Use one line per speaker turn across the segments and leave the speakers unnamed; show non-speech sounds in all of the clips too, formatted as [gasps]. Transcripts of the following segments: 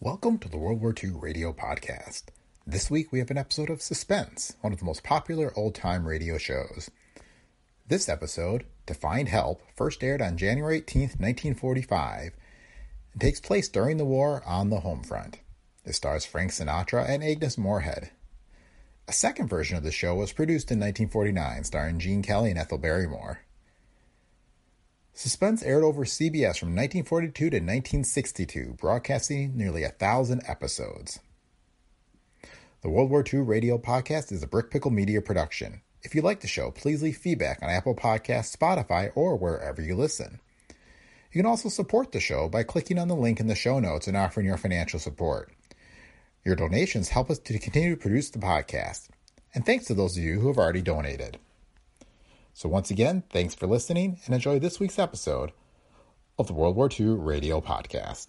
Welcome to the World War II Radio Podcast. This week we have an episode of Suspense, one of the most popular old time radio shows. This episode, To Find Help, first aired on January 18th, 1945, and takes place during the war on the home front. It stars Frank Sinatra and Agnes Moorehead. A second version of the show was produced in 1949, starring Gene Kelly and Ethel Barrymore. Suspense aired over CBS from 1942 to 1962, broadcasting nearly a thousand episodes. The World War II Radio Podcast is a Brick Pickle Media production. If you like the show, please leave feedback on Apple Podcasts, Spotify, or wherever you listen. You can also support the show by clicking on the link in the show notes and offering your financial support. Your donations help us to continue to produce the podcast. And thanks to those of you who have already donated. So, once again, thanks for listening and enjoy this week's episode of the World War II Radio Podcast.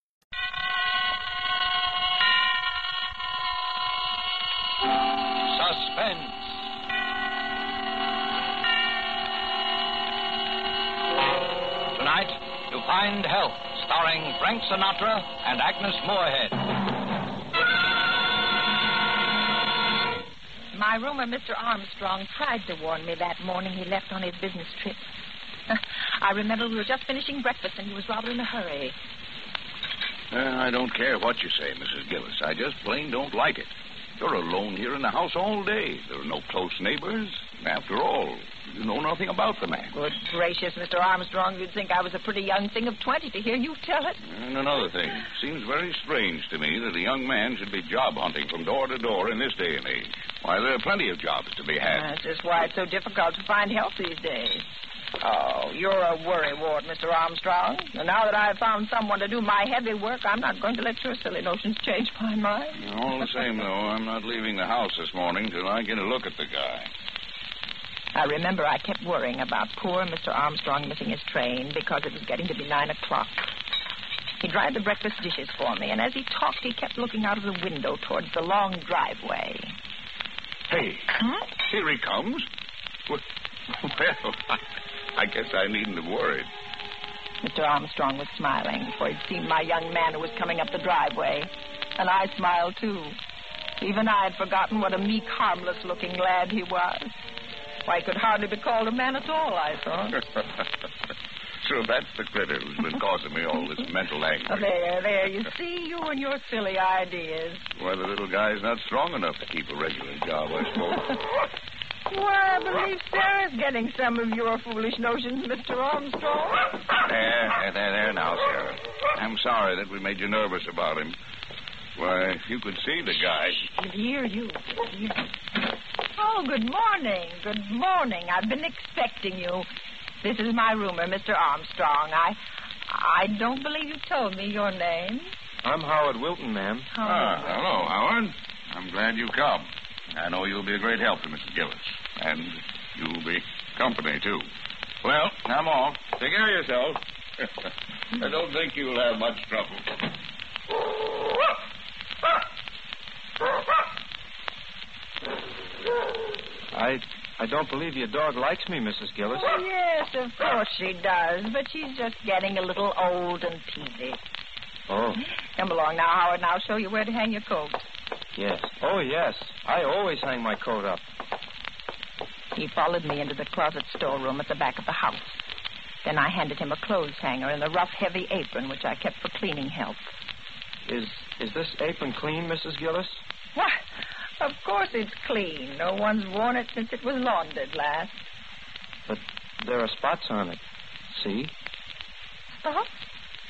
Suspense. Tonight, you find help, starring Frank Sinatra and Agnes Moorehead.
My roomer, Mr. Armstrong, tried to warn me that morning he left on his business trip. [laughs] I remember we were just finishing breakfast and he was rather in a hurry.
Eh, I don't care what you say, Mrs. Gillis. I just plain don't like it. You're alone here in the house all day. There are no close neighbors. After all, you know nothing about the man.
Good gracious, Mr. Armstrong, you'd think I was a pretty young thing of 20 to hear you tell it.
And another thing, seems very strange to me that a young man should be job hunting from door to door in this day and age. Why, there are plenty of jobs to be had.
That's just why it's so difficult to find help these days. Oh, you're a worry ward, Mr. Armstrong. And now that I've found someone to do my heavy work, I'm not going to let your silly notions change my mind.
All the same, though, I'm not leaving the house this morning till I get a look at the guy.
I remember I kept worrying about poor Mr. Armstrong missing his train because it was getting to be nine o'clock. He dried the breakfast dishes for me, and as he talked, he kept looking out of the window towards the long driveway.
Hey, here he comes. Well, well [laughs] I, I guess I needn't have worried.
Mr. Armstrong was smiling, for he'd seen my young man who was coming up the driveway. And I smiled, too. Even I had forgotten what a meek, harmless looking lad he was. Why, he could hardly be called a man at all, I thought.
So that's the critter who's been causing me all this mental
Oh,
anguish.
there, there. You see, you and your silly ideas.
Why, the little guy's not strong enough to keep a regular job, I suppose.
Why, I believe Sarah's getting some of your foolish notions, Mr. Armstrong.
There, there, there, there now, Sarah. I'm sorry that we made you nervous about him. Why, if you could see the guy.
He'll hear you. He'll hear you. Oh, good morning. Good morning. I've been expecting you. This is my roomer, Mr. Armstrong. I I don't believe you told me your name.
I'm Howard Wilton, ma'am.
Oh,
Ah, hello, Howard. I'm glad you come. I know you'll be a great help to Mrs. Gillis. And you'll be company, too. Well, I'm off. Take care of yourself. [laughs] I don't think you'll have much trouble.
I I don't believe your dog likes me, Mrs. Gillis.
Yes, of course she does, but she's just getting a little old and peevy.
Oh,
Come along now, Howard, and I'll show you where to hang your coat.
yes. Oh, yes. I always hang my coat up.
He followed me into the closet storeroom at the back of the house. Then I handed him a clothes hanger and a rough, heavy apron, which I kept for cleaning help.
Is is this apron clean, Mrs. Gillis?
Why, of course it's clean. No one's worn it since it was laundered last.
But there are spots on it. See?
Oh,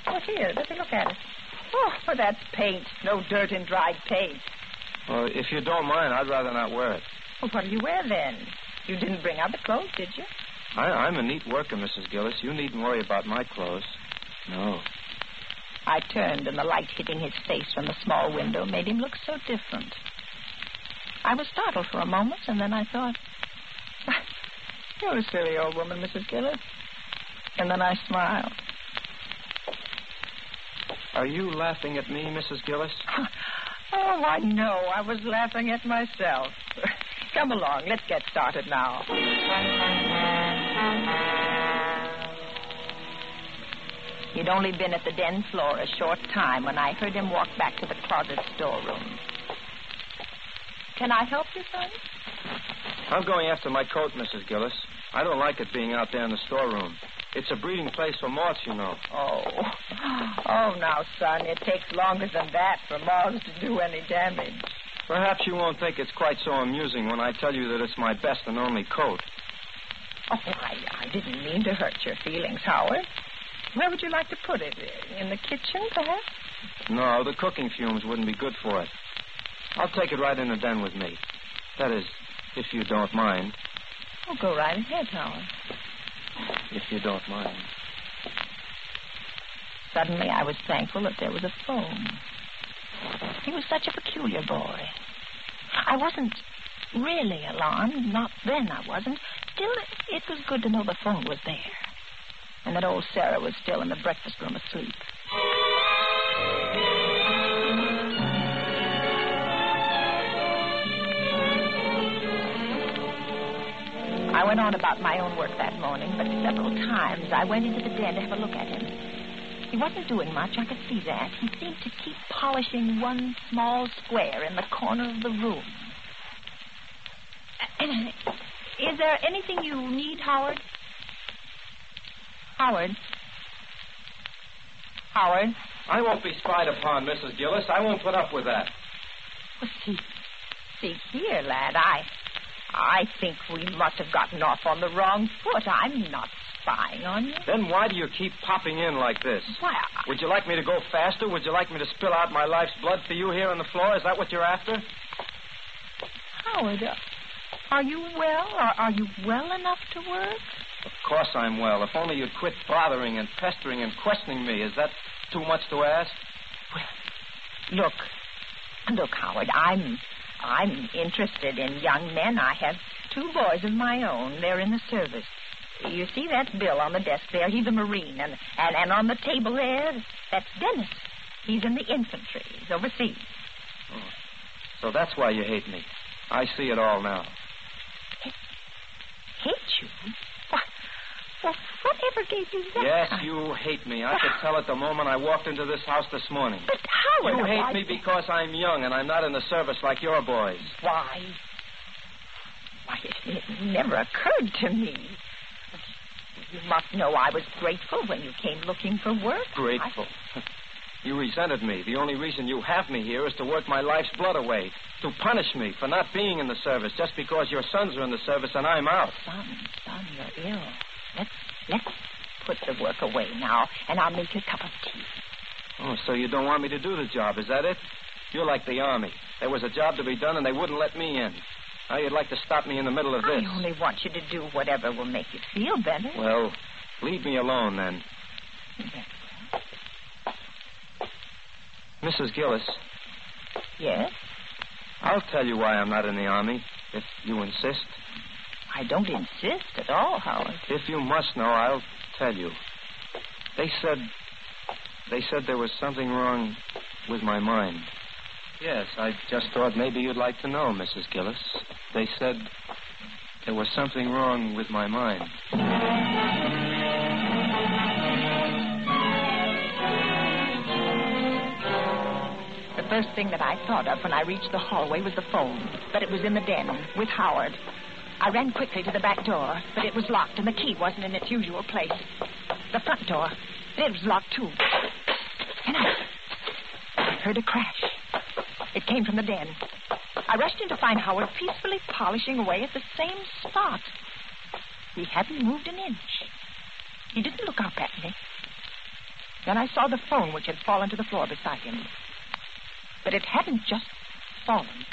oh here, let me look at it. Oh, but that's paint. No dirt and dried paint.
Well, if you don't mind, I'd rather not wear it.
Well, what do you wear then? You didn't bring out the clothes, did you?
I, I'm a neat worker, Mrs. Gillis. You needn't worry about my clothes. No.
I turned, and the light hitting his face from the small window made him look so different. I was startled for a moment, and then I thought, "Ah, You're a silly old woman, Mrs. Gillis. And then I smiled.
Are you laughing at me, Mrs. Gillis?
Oh, I know. I was laughing at myself. [laughs] Come along. Let's get started now. He'd only been at the den floor a short time when I heard him walk back to the closet storeroom. Can I help you, son?
I'm going after my coat, Mrs. Gillis. I don't like it being out there in the storeroom. It's a breeding place for moths, you know.
Oh. [gasps] Oh, now, son, it takes longer than that for moths to do any damage.
Perhaps you won't think it's quite so amusing when I tell you that it's my best and only coat.
Oh, I, I didn't mean to hurt your feelings, Howard. Where would you like to put it? In the kitchen, perhaps?
No, the cooking fumes wouldn't be good for it. I'll take it right in the den with me. That is, if you don't mind.
Oh, go right ahead, Howard.
If you don't mind.
Suddenly, I was thankful that there was a phone. He was such a peculiar boy. I wasn't really alarmed. Not then, I wasn't. Still, it was good to know the phone was there. And that old Sarah was still in the breakfast room asleep. I went on about my own work that morning, but several times I went into the den to have a look at him. He wasn't doing much. I could see that. He seemed to keep polishing one small square in the corner of the room. Is there anything you need, Howard? Howard? Howard?
I won't be spied upon, Mrs. Gillis. I won't put up with that.
Well, see, see here, lad. I, I think we must have gotten off on the wrong foot. I'm not spying on you.
Then why do you keep popping in like this?
Why, I,
Would you like me to go faster? Would you like me to spill out my life's blood for you here on the floor? Is that what you're after?
Howard, uh, are you well? Are, are you well enough to work?
Of course I'm well. If only you'd quit bothering and pestering and questioning me. Is that too much to ask?
Look, look, Howard. I'm, I'm interested in young men. I have two boys of my own. They're in the service. You see that bill on the desk there? He's a Marine. And, and, and on the table there, that's Dennis. He's in the infantry. He's overseas.
So that's why you hate me. I see it all now.
Hate you? Why, well, whatever gave you that?
Yes, you hate me. I could tell it the moment I walked into this house this morning.
But Howard,
You
why-
hate me because I'm young and I'm not in the service like your boys.
Why? Why, it, it never occurred to me. You must know I was grateful when you came looking for work.
Grateful. [laughs] You resented me. The only reason you have me here is to work my life's blood away, to punish me for not being in the service just because your sons are in the service and I'm out.
I, son, son, you're ill. Let's, let's put the work away now, and I'll make you a cup of tea.
Oh, so you don't want me to do the job, is that it? You're like the Army. There was a job to be done and they wouldn't let me in. Now you'd like to stop me in the middle of this.
I only want you to do whatever will make you feel better.
Well, leave me alone then. Mrs. Gillis,
Yes,
I'll tell you why I'm not in the Army, if you insist.
I don't insist at all, Howard.
If you must know, I'll tell you. They said. They said there was something wrong with my mind. Yes, I just thought maybe you'd like to know, Mrs. Gillis. They said there was something wrong with my mind.
The first thing that I thought of when I reached the hallway was the phone, but it was in the den with Howard. I ran quickly to the back door, but it was locked and the key wasn't in its usual place. The front door. It was locked, too. And I, I heard a crash. It came from the den. I rushed in to find Howard peacefully polishing away at the same spot. He hadn't moved an inch. He didn't look up at me. Then I saw the phone which had fallen to the floor beside him. But it hadn't just fallen.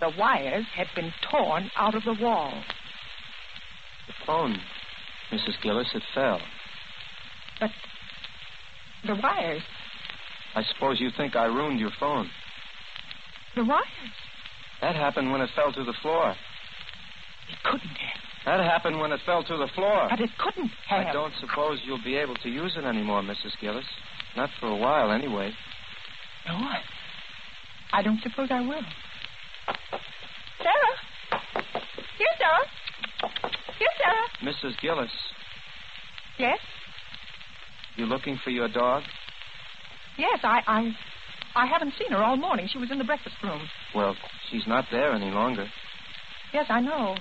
The wires had been torn out of the wall.
The phone, Mrs. Gillis, it fell.
But the wires,
I suppose you think I ruined your phone.
the wires,
That happened when it fell to the floor.
it couldn't have.
That happened when it fell to the floor.
But it couldn't have.
I don't suppose you'll be able to use it anymore, Mrs. Gillis. Not for a while, anyway.
No, I, I don't suppose I will. Sarah! Here, Sarah! Here, Sarah!
Mrs. Gillis,
Yes,
you looking for your dog?
yes, I, I, I haven't seen her all morning. She was in the breakfast room.
Well, she's not there any longer.
Yes, I know.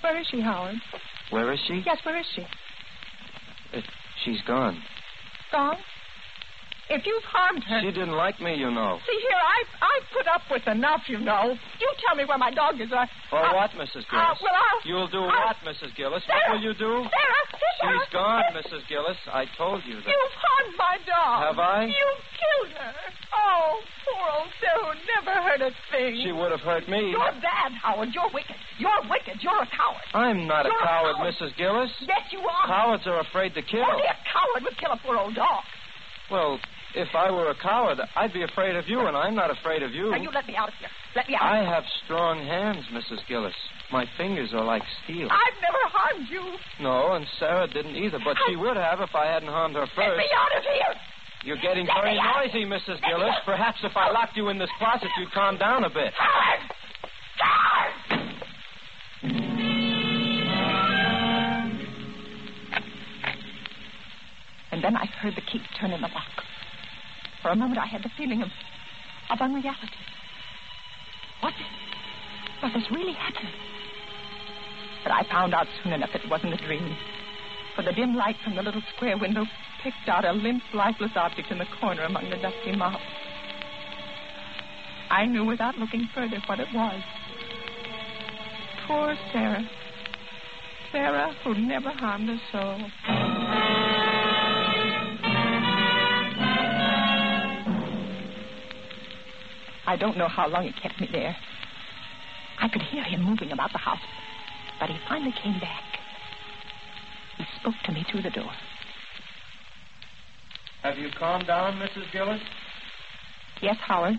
Where is she, Howard?
Where is she?
Yes, where is she?
Uh, She's gone.
Gone? If you've harmed her.
She didn't like me, you know.
See here, I I put up with enough, you know. You tell me where my dog is. I,
Or
I-
what, Mrs. Gillis?
I- Uh, well, I'll.
You'll do
I'll-
what, Mrs. Gillis?
Sarah!
What will you do?
Sarah! Sarah!
She's gone, Mrs. Gillis. I told you that.
You've harmed my dog.
Have I?
You killed her. Oh, poor old Sarah who never heard a thing.
She would have hurt me.
You're bad, Howard. You're wicked. You're wicked. You're a coward.
I'm not a
You're a
coward,
coward.
Mrs. Gillis.
Yes, you are.
Cowards are afraid to kill.
Only a coward would kill a poor old dog.
Well, if I were a coward, I'd be afraid of you, and I'm not afraid of you.
Now, you let me out of here. Let me out.
I have strong hands, Mrs. Gillis. My fingers are like steel.
I've never harmed you.
No, and Sarah didn't either, but she would have if I hadn't harmed her
Let
first.
me out of here.
You're getting
Let
very
me out.
noisy, Mrs.
Let me
Gillis.
out.
Perhaps if I locked you in this closet, you'd calm down a bit.
Howard! Howard! And then I heard the key turn in the lock. For a moment, I had the feeling of, of unreality. What? Was this really happening? But I found out soon enough it wasn't a dream. For the dim light from the little square window picked out a limp, lifeless object in the corner among the dusty moss. I knew without looking further what it was. Poor Sarah. Sarah, who never harmed a soul. I don't know how long it kept me there. I could hear him moving about the house, but he finally came back. He spoke to me through the door.
Have you calmed down, Mrs. Gillis?
Yes, Howard?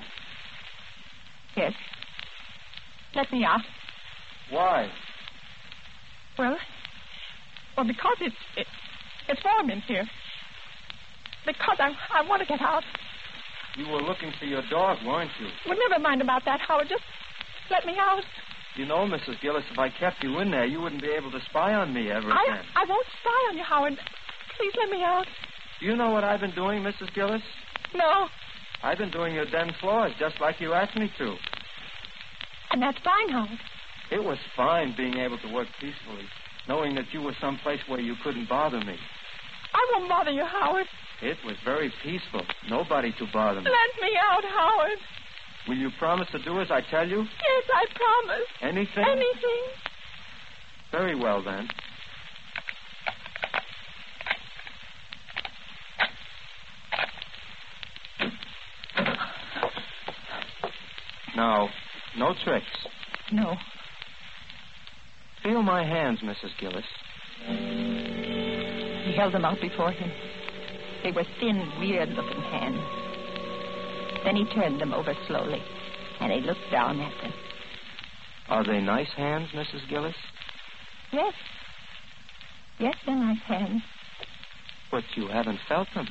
Yes. Let me out.
Why?
Well, well, because it's it, it's warm in here. Because I I want to get out.
You were looking for your dog, weren't you?
Well, never mind about that, Howard. Just let me out.
You know, Mrs. Gillis, if I kept you in there, you wouldn't be able to spy on me ever
I
again.
I won't spy on you, Howard. Please let me out.
Do you know what I've been doing, Mrs. Gillis?
No,
I've been doing your den floors just like you asked me to.
and that's fine, Howard.
It was fine being able to work peacefully, knowing that you were someplace where you couldn't bother me.
I won't bother you, Howard.
It was very peaceful. Nobody to bother me.
Let me out, Howard.
Will you promise to do as I tell you?
Yes, I promise.
Anything?
Anything.
Very well, then. Now, no tricks.
No.
Feel my hands, Mrs. Gillis.
He held them out before him. They were thin, weird looking hands. Then he turned them over slowly, and he looked down at them.
Are they nice hands, Mrs. Gillis?
Yes. Yes, they're nice hands.
But you haven't felt them.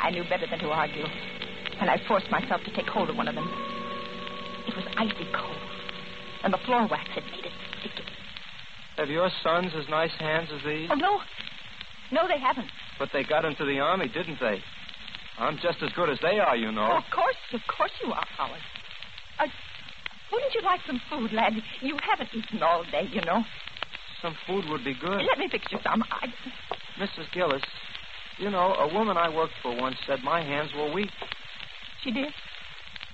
I knew better than to argue, and I forced myself to take hold of one of them. It was icy cold, and the floor wax had made it sticky.
Have your sons as nice hands as these?
Oh, no. No, they haven't.
But they got into the army, didn't they? I'm just as good as they are, you know.
of course, of course you are, Howard. Uh, wouldn't you like some food, lad? You haven't eaten all day, you know.
Some food would be good.
Let me fix you some. I...
Mrs. Gillis, you know, a woman I worked for once said my hands were weak.
She did.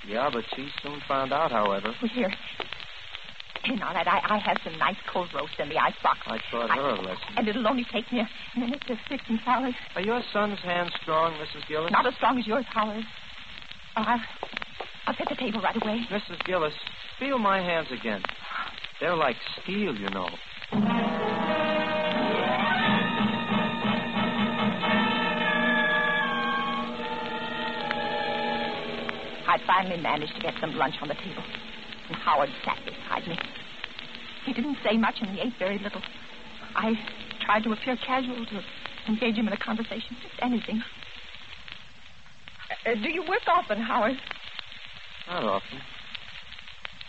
Yeah, but she soon found out, however.
Well, here. And all that, I, I have some nice cold roast in the icebox.
I taught her a lesson.
And it'll only take me a minute to fix and salad.
Are your son's hands strong, Mrs. Gillis?
Not as strong as yours, Howard. Oh, I'll, I'll set the table right away.
Mrs. Gillis, feel my hands again. They're like steel, you know.
I finally managed to get some lunch on the table. And Howard sat beside me. He didn't say much and he ate very little. I tried to appear casual, to engage him in a conversation, just anything. Uh, do you work often, Howard?
Not often.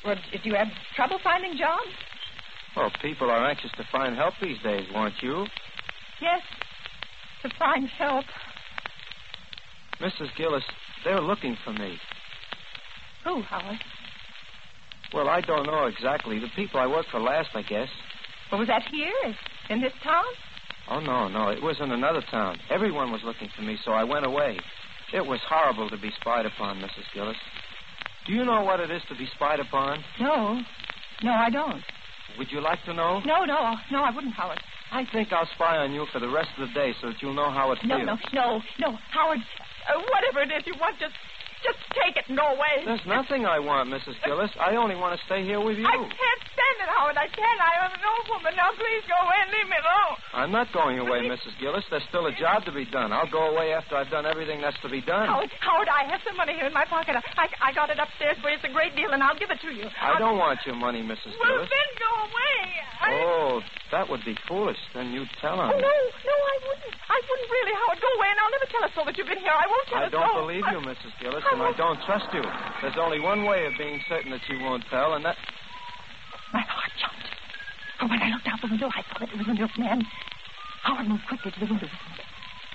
Or d- do you have trouble finding jobs?
Well, people are anxious to find help these days, aren't you?
Yes, to find help.
Mrs. Gillis, they're looking for me.
Who, Howard?
Well, I don't know exactly. The people I worked for last, I guess.
Well, was that here, in this town?
Oh, no, no. It was in another town. Everyone was looking for me, so I went away. It was horrible to be spied upon, Mrs. Gillis. Do you know what it is to be spied upon?
No, no, I don't.
Would you like to know?
No, no, no, I wouldn't, Howard.
I think I'll spy on you for the rest of the day so that you'll know how it
No,
feels.
no, no, no, Howard. Uh, whatever it is you want, just, just take it and go away.
There's nothing I want, Mrs. Gillis. I only want to stay here with you.
I can't stand it, Howard. I can't. I am an old woman now. Please go away and leave me alone.
I'm not going away, Mrs. Gillis. There's still a job to be done. I'll go away after I've done everything that's to be done.
Howard, Howard, I have some money here in my pocket. I, I, I got it upstairs for you. It's a great deal, and I'll give it to you. Uh,
I don't want your money, Mrs.
Well,
Gillis.
then go away. I...
Oh, that would be foolish. Then you tell him.
Oh, no, no, I wouldn't. I wouldn't really, Howard. Go away, and I'll never tell us all that you've been here. I won't tell
I
us
don't
all.
believe
I-
you, Mrs. Gillis,
I
and I
won't-
don't trust you. There's only one way of being certain that you won't tell, and that.
My heart jumped. For when I looked out the window, I saw that it was a milkman. Howard moved quickly to the window.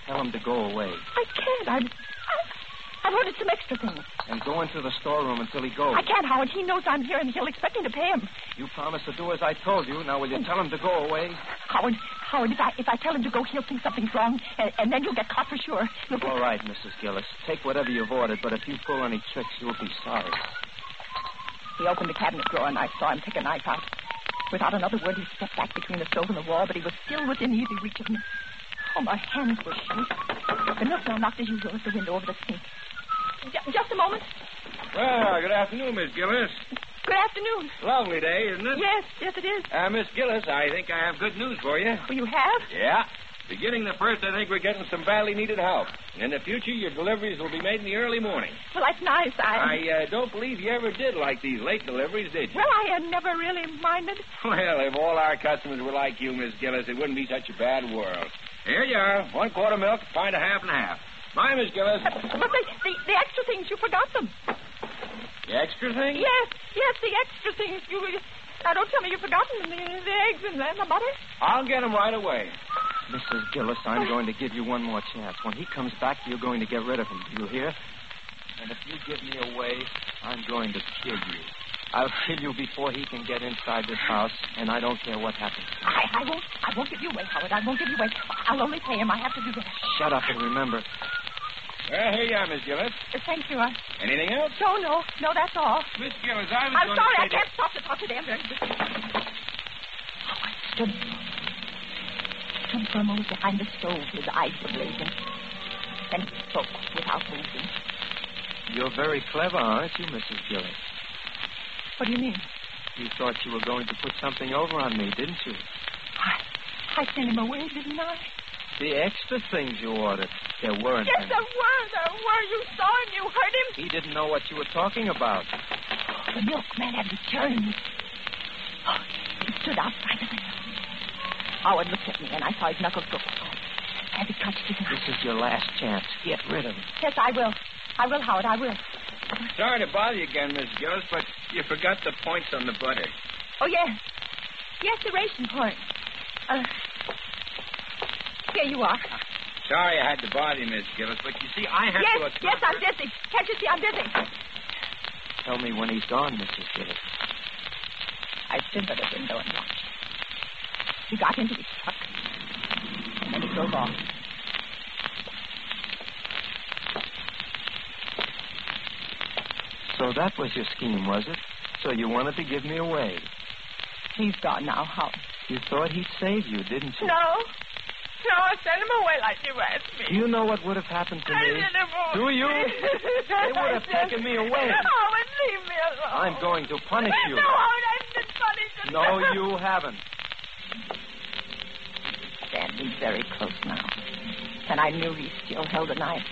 Tell him to go away
I can't. I'm, I, I've ordered some extra things.
and go into the storeroom until he goes.
I can't, Howard. He knows I'm here, and he'll expect me to pay him.
You promised to do as I told you. Now, will you tell him to go away?
Howard, Howard, if I if I tell him to go, he'll think something's wrong, and, and then you'll get caught for sure. Look,
All right, Mrs. Gillis. Take whatever you've ordered, but if you pull any tricks, you'll be sorry.
He opened the cabinet drawer, and I saw him take a knife out. Without another word, he stepped back between the stove and the wall, but he was still within easy reach of me. Oh, my hands were shaking. The milkman knocked as usual at the window over the sink. J- just a moment.
Well, good afternoon, Miss Gillis.
Good afternoon.
Lovely day, isn't it?
Yes, yes, it is.
Uh, Miss Gillis, I think I have good news for you.
Well, you have?
Yeah. Beginning the first, I think we're getting some badly needed help. In the future, your deliveries will be made in the early morning.
Well, that's nice.
I
I.
uh, don't believe you ever did like these late deliveries, did you?
Well, I had never really minded.
[laughs] Well, if all our customers were like you, Miss Gillis, it wouldn't be such a bad world. Here you are. One quarter milk, a pint of half and half. Bye, Miss Gillis.
But the, the, the extra things, you forgot them.
The extra thing?
Yes, yes, the extra things. You, now, don't tell me you've forgotten the, the eggs and the, and the butter.
I'll get 'em right away.
Mrs. Gillis, I'm going to give you one more chance. When he comes back, you're going to get rid of him. Do you hear? And if you give me away, I'm going to kill you. I'll [laughs] kill you before he can get inside this house, and I don't care what happens.
I, I won't. I won't give you away, Howard. I won't give you away. I'll only pay him. I have to do that.
Shut up and remember.
Well, here you are, Miss Gillis.
Uh, Thank you. I
Anything else?
no, no, no. That's all.
Miss Gillis, I was
I'm
going
sorry.
to say
I
that-
can't stop to talk to them. They're- Howard stood, stood for a moment behind the stove. His eyes were blazing. Then he spoke without moving.
You're very clever, aren't you, Mrs. Gillis?
What do you mean?
You thought you were going to put something over on me, didn't you?
I, I sent him away, didn't I?
The extra things you ordered, there weren't
Yes,
any.
there were. There were. You saw him. You heard him.
He didn't know what you were talking about.
The milkman had returned. Oh, he stood outside the window. Howard looked at me, and I saw his knuckles go quiet as he touched his
This
knife.
is your last chance. Get rid of him.
Yes, I will. I will, Howard. I will.
Sorry to bother you again, Miss Gillis, but you forgot the points on the butter.
Oh, yes. Yes, the ration point. Uh, here you are.
Sorry I had to bother you, Miss Gillis, but you see, I have to...
Yes, yes, I'm busy. Can't you see I'm busy?
Tell me when he's gone, Mrs. Gillis.
I stood by the window and watched. He got into his truck. And then he drove off.
So that was your scheme, was it? So you wanted to give me away.
He's gone now, Howard.
You thought he'd save you, didn't you?
No. No, send him away like you asked me.
Do you know what would have happened to
I
me?
didn't want
Do you?
it.
They would have taken me away.
Howard, Oh, leave me alone.
I'm going to punish you.
No, Howard, I've been punished.
No, you haven't.
Standing very close now. And I knew he still held a knife.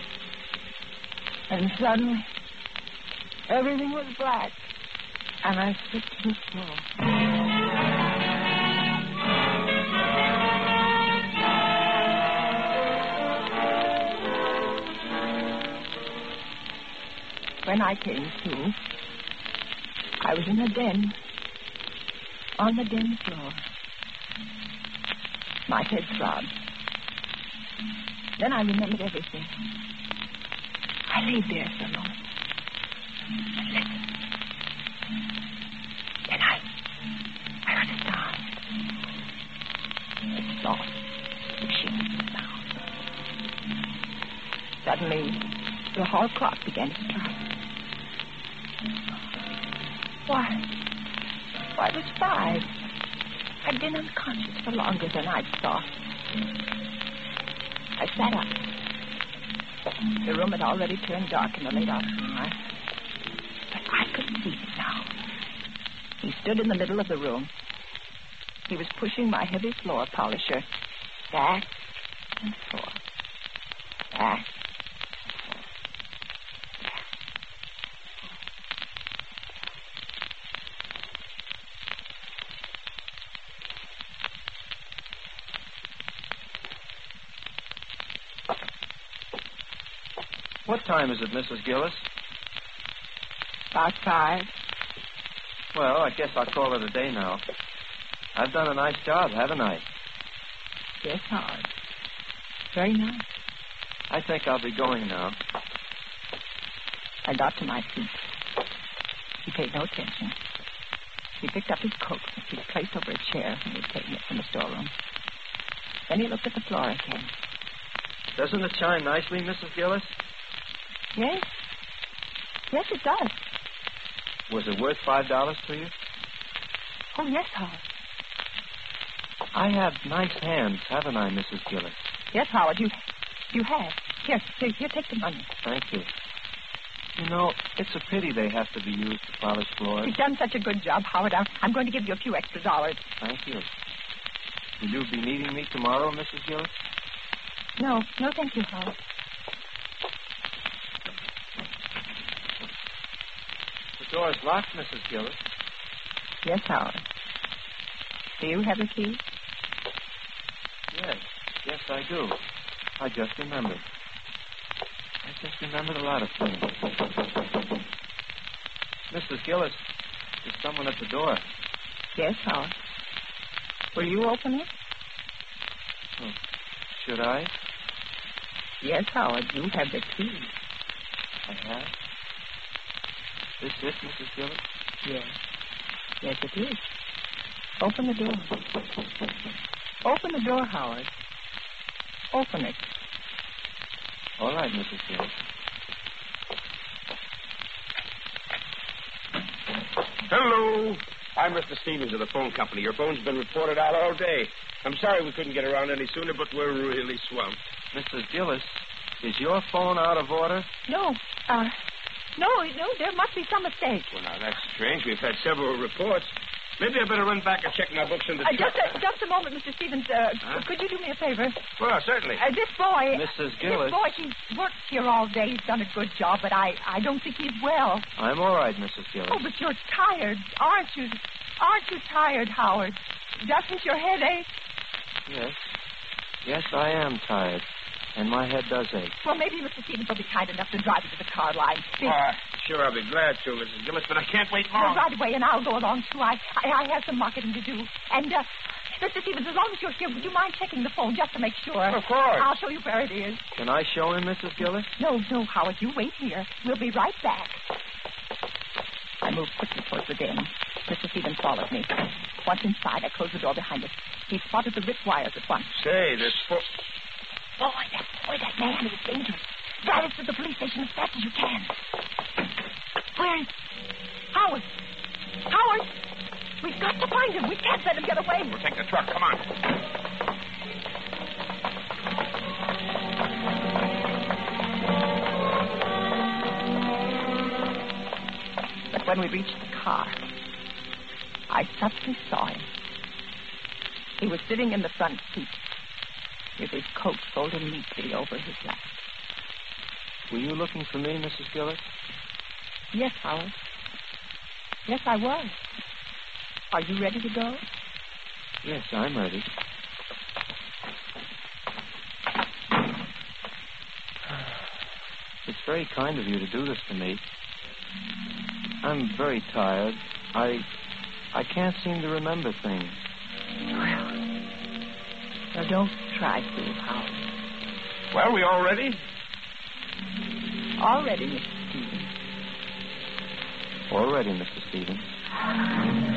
And suddenly, everything was black. And I slipped to the floor. When I came to, I was in a den. On the den floor. My head throbbed. Then I remembered everything. I lay there for a moment. and listened. Then I, I heard a sound. It was soft, shivering sound. Suddenly, the hall clock began to strike. Why? Why, it was five. I'd been unconscious for longer than I'd thought. I sat up. The room had already turned dark in the late afternoon light. But I could see him now. He stood in the middle of the room. He was pushing my heavy floor polisher back and forth. Back. and forth. Back.
What time is it, Mrs. Gillis?
About five.
Well, I guess I'll call it a day now. I've done a nice job, haven't I?
Yes, Howard. Very nice.
I think I'll be going now.
I got to my feet. He paid no attention. He picked up his coat, which he placed over a chair and was taking it from the storeroom. Then he looked at the floor again.
Doesn't it shine nicely, Mrs. Gillis?
Yes. Yes, it does.
Was it worth five dollars to you?
Oh, yes, Howard.
I have nice hands, haven't I, Mrs. Gillis?
Yes, Howard, you you have. Yes, here, here, take the money.
Thank you. You know, it's a pity they have to be used to polish floors.
[laughs] You've done such a good job, Howard. I'm, I'm going to give you a few extra dollars.
Thank you. Will you be needing me tomorrow, Mrs. Gillis?
No, no, thank you, Howard.
The door's locked, Mrs. Gillis.
Yes, Howard. Do you have the key?
Yes, yes, I do. I just remembered. I just remembered a lot of things. Mrs. Gillis, there's someone at the door.
Yes, Howard. Will you open it?
Should I?
Yes, Howard, you have the key.
I have. This it, Mrs. Gillis?
Yes. Yes, it is. Open the door. Open the door, Howard. Open it.
All right, Mrs. Gillis.
Hello. I'm Mr. Stevens of the phone company. Your phone's been reported out all day. I'm sorry we couldn't get around any sooner, but we're really swamped.
Mrs. Gillis, is your phone out of order?
No, uh, no, no, there must be some mistake.
Well, now, that's strange. We've had several reports. Maybe I better run back and check my books in the
Uh,
truck.
just, a, just a moment, Mr. Stevens. Uh,
Huh?
Could you do me a favor? Uh,
Well, certainly.
this boy. uh,
Mrs.
This
Gillis.
boy, he's worked here all day. He's done a good job, but I, I don't think he's well.
I'm all right, Mrs. Gillis.
Oh, but you're tired, aren't you? Aren't you tired, Howard? Doesn't your head ache?
Yes. Yes, I am tired. And my head does ache.
Well, maybe Mr. Stevens will be kind enough to drive you to the car line. Be-
Why, Ah, sure, I'll be glad to, Mrs. Gillis, but I can't wait
Well,
long.
right away, and I'll go along too. I, I, I have some marketing to do. And, uh, Mr. Stevens, as long as you're here, would you mind checking the phone just to make sure?
Of course.
I'll show you where it is.
Can I show him, Mrs. Gillis?
No, no, Howard, you wait here. We'll be right back. I I moved quickly towards the den. Mr. Stevens followed me. Once inside, I closed the door behind us. He spotted the ripped wires at once.
Say, this fo-
Boy, that, boy, that man is dangerous. Drive us to the police station as fast as you can. Where is Howard? Howard! We've got to find him. We can't let him get away.
We'll take the truck. Come on.
But when we reached the car, I suddenly saw him. He was sitting in the front seat with his coat folded neatly over his lap.
Were you looking for me, Mrs. Gillis?
Yes, Howard. Yes, I was. Are you ready to go?
Yes, I'm ready. It's very kind of you to do this to me. I'm very tired. I I can't seem to remember things.
Now, don't try to, Howard.
Well, we all ready?
All ready, Mr. Stevens.
All ready, Mr. Stevens.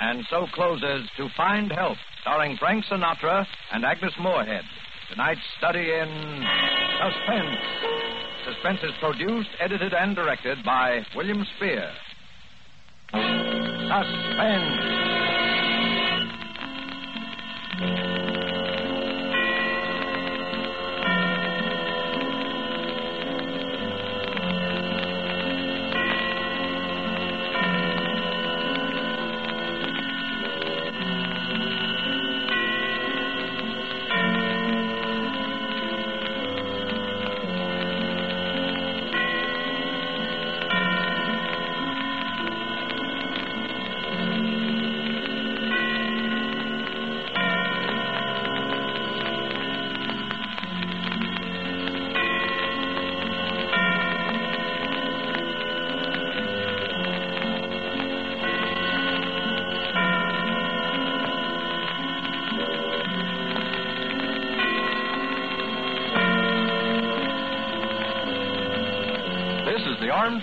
And so closes To Find Help, starring Frank Sinatra and Agnes Moorehead. Tonight's study in suspense. Suspense is produced, edited, and directed by William Spear. Suspense. This is the Armed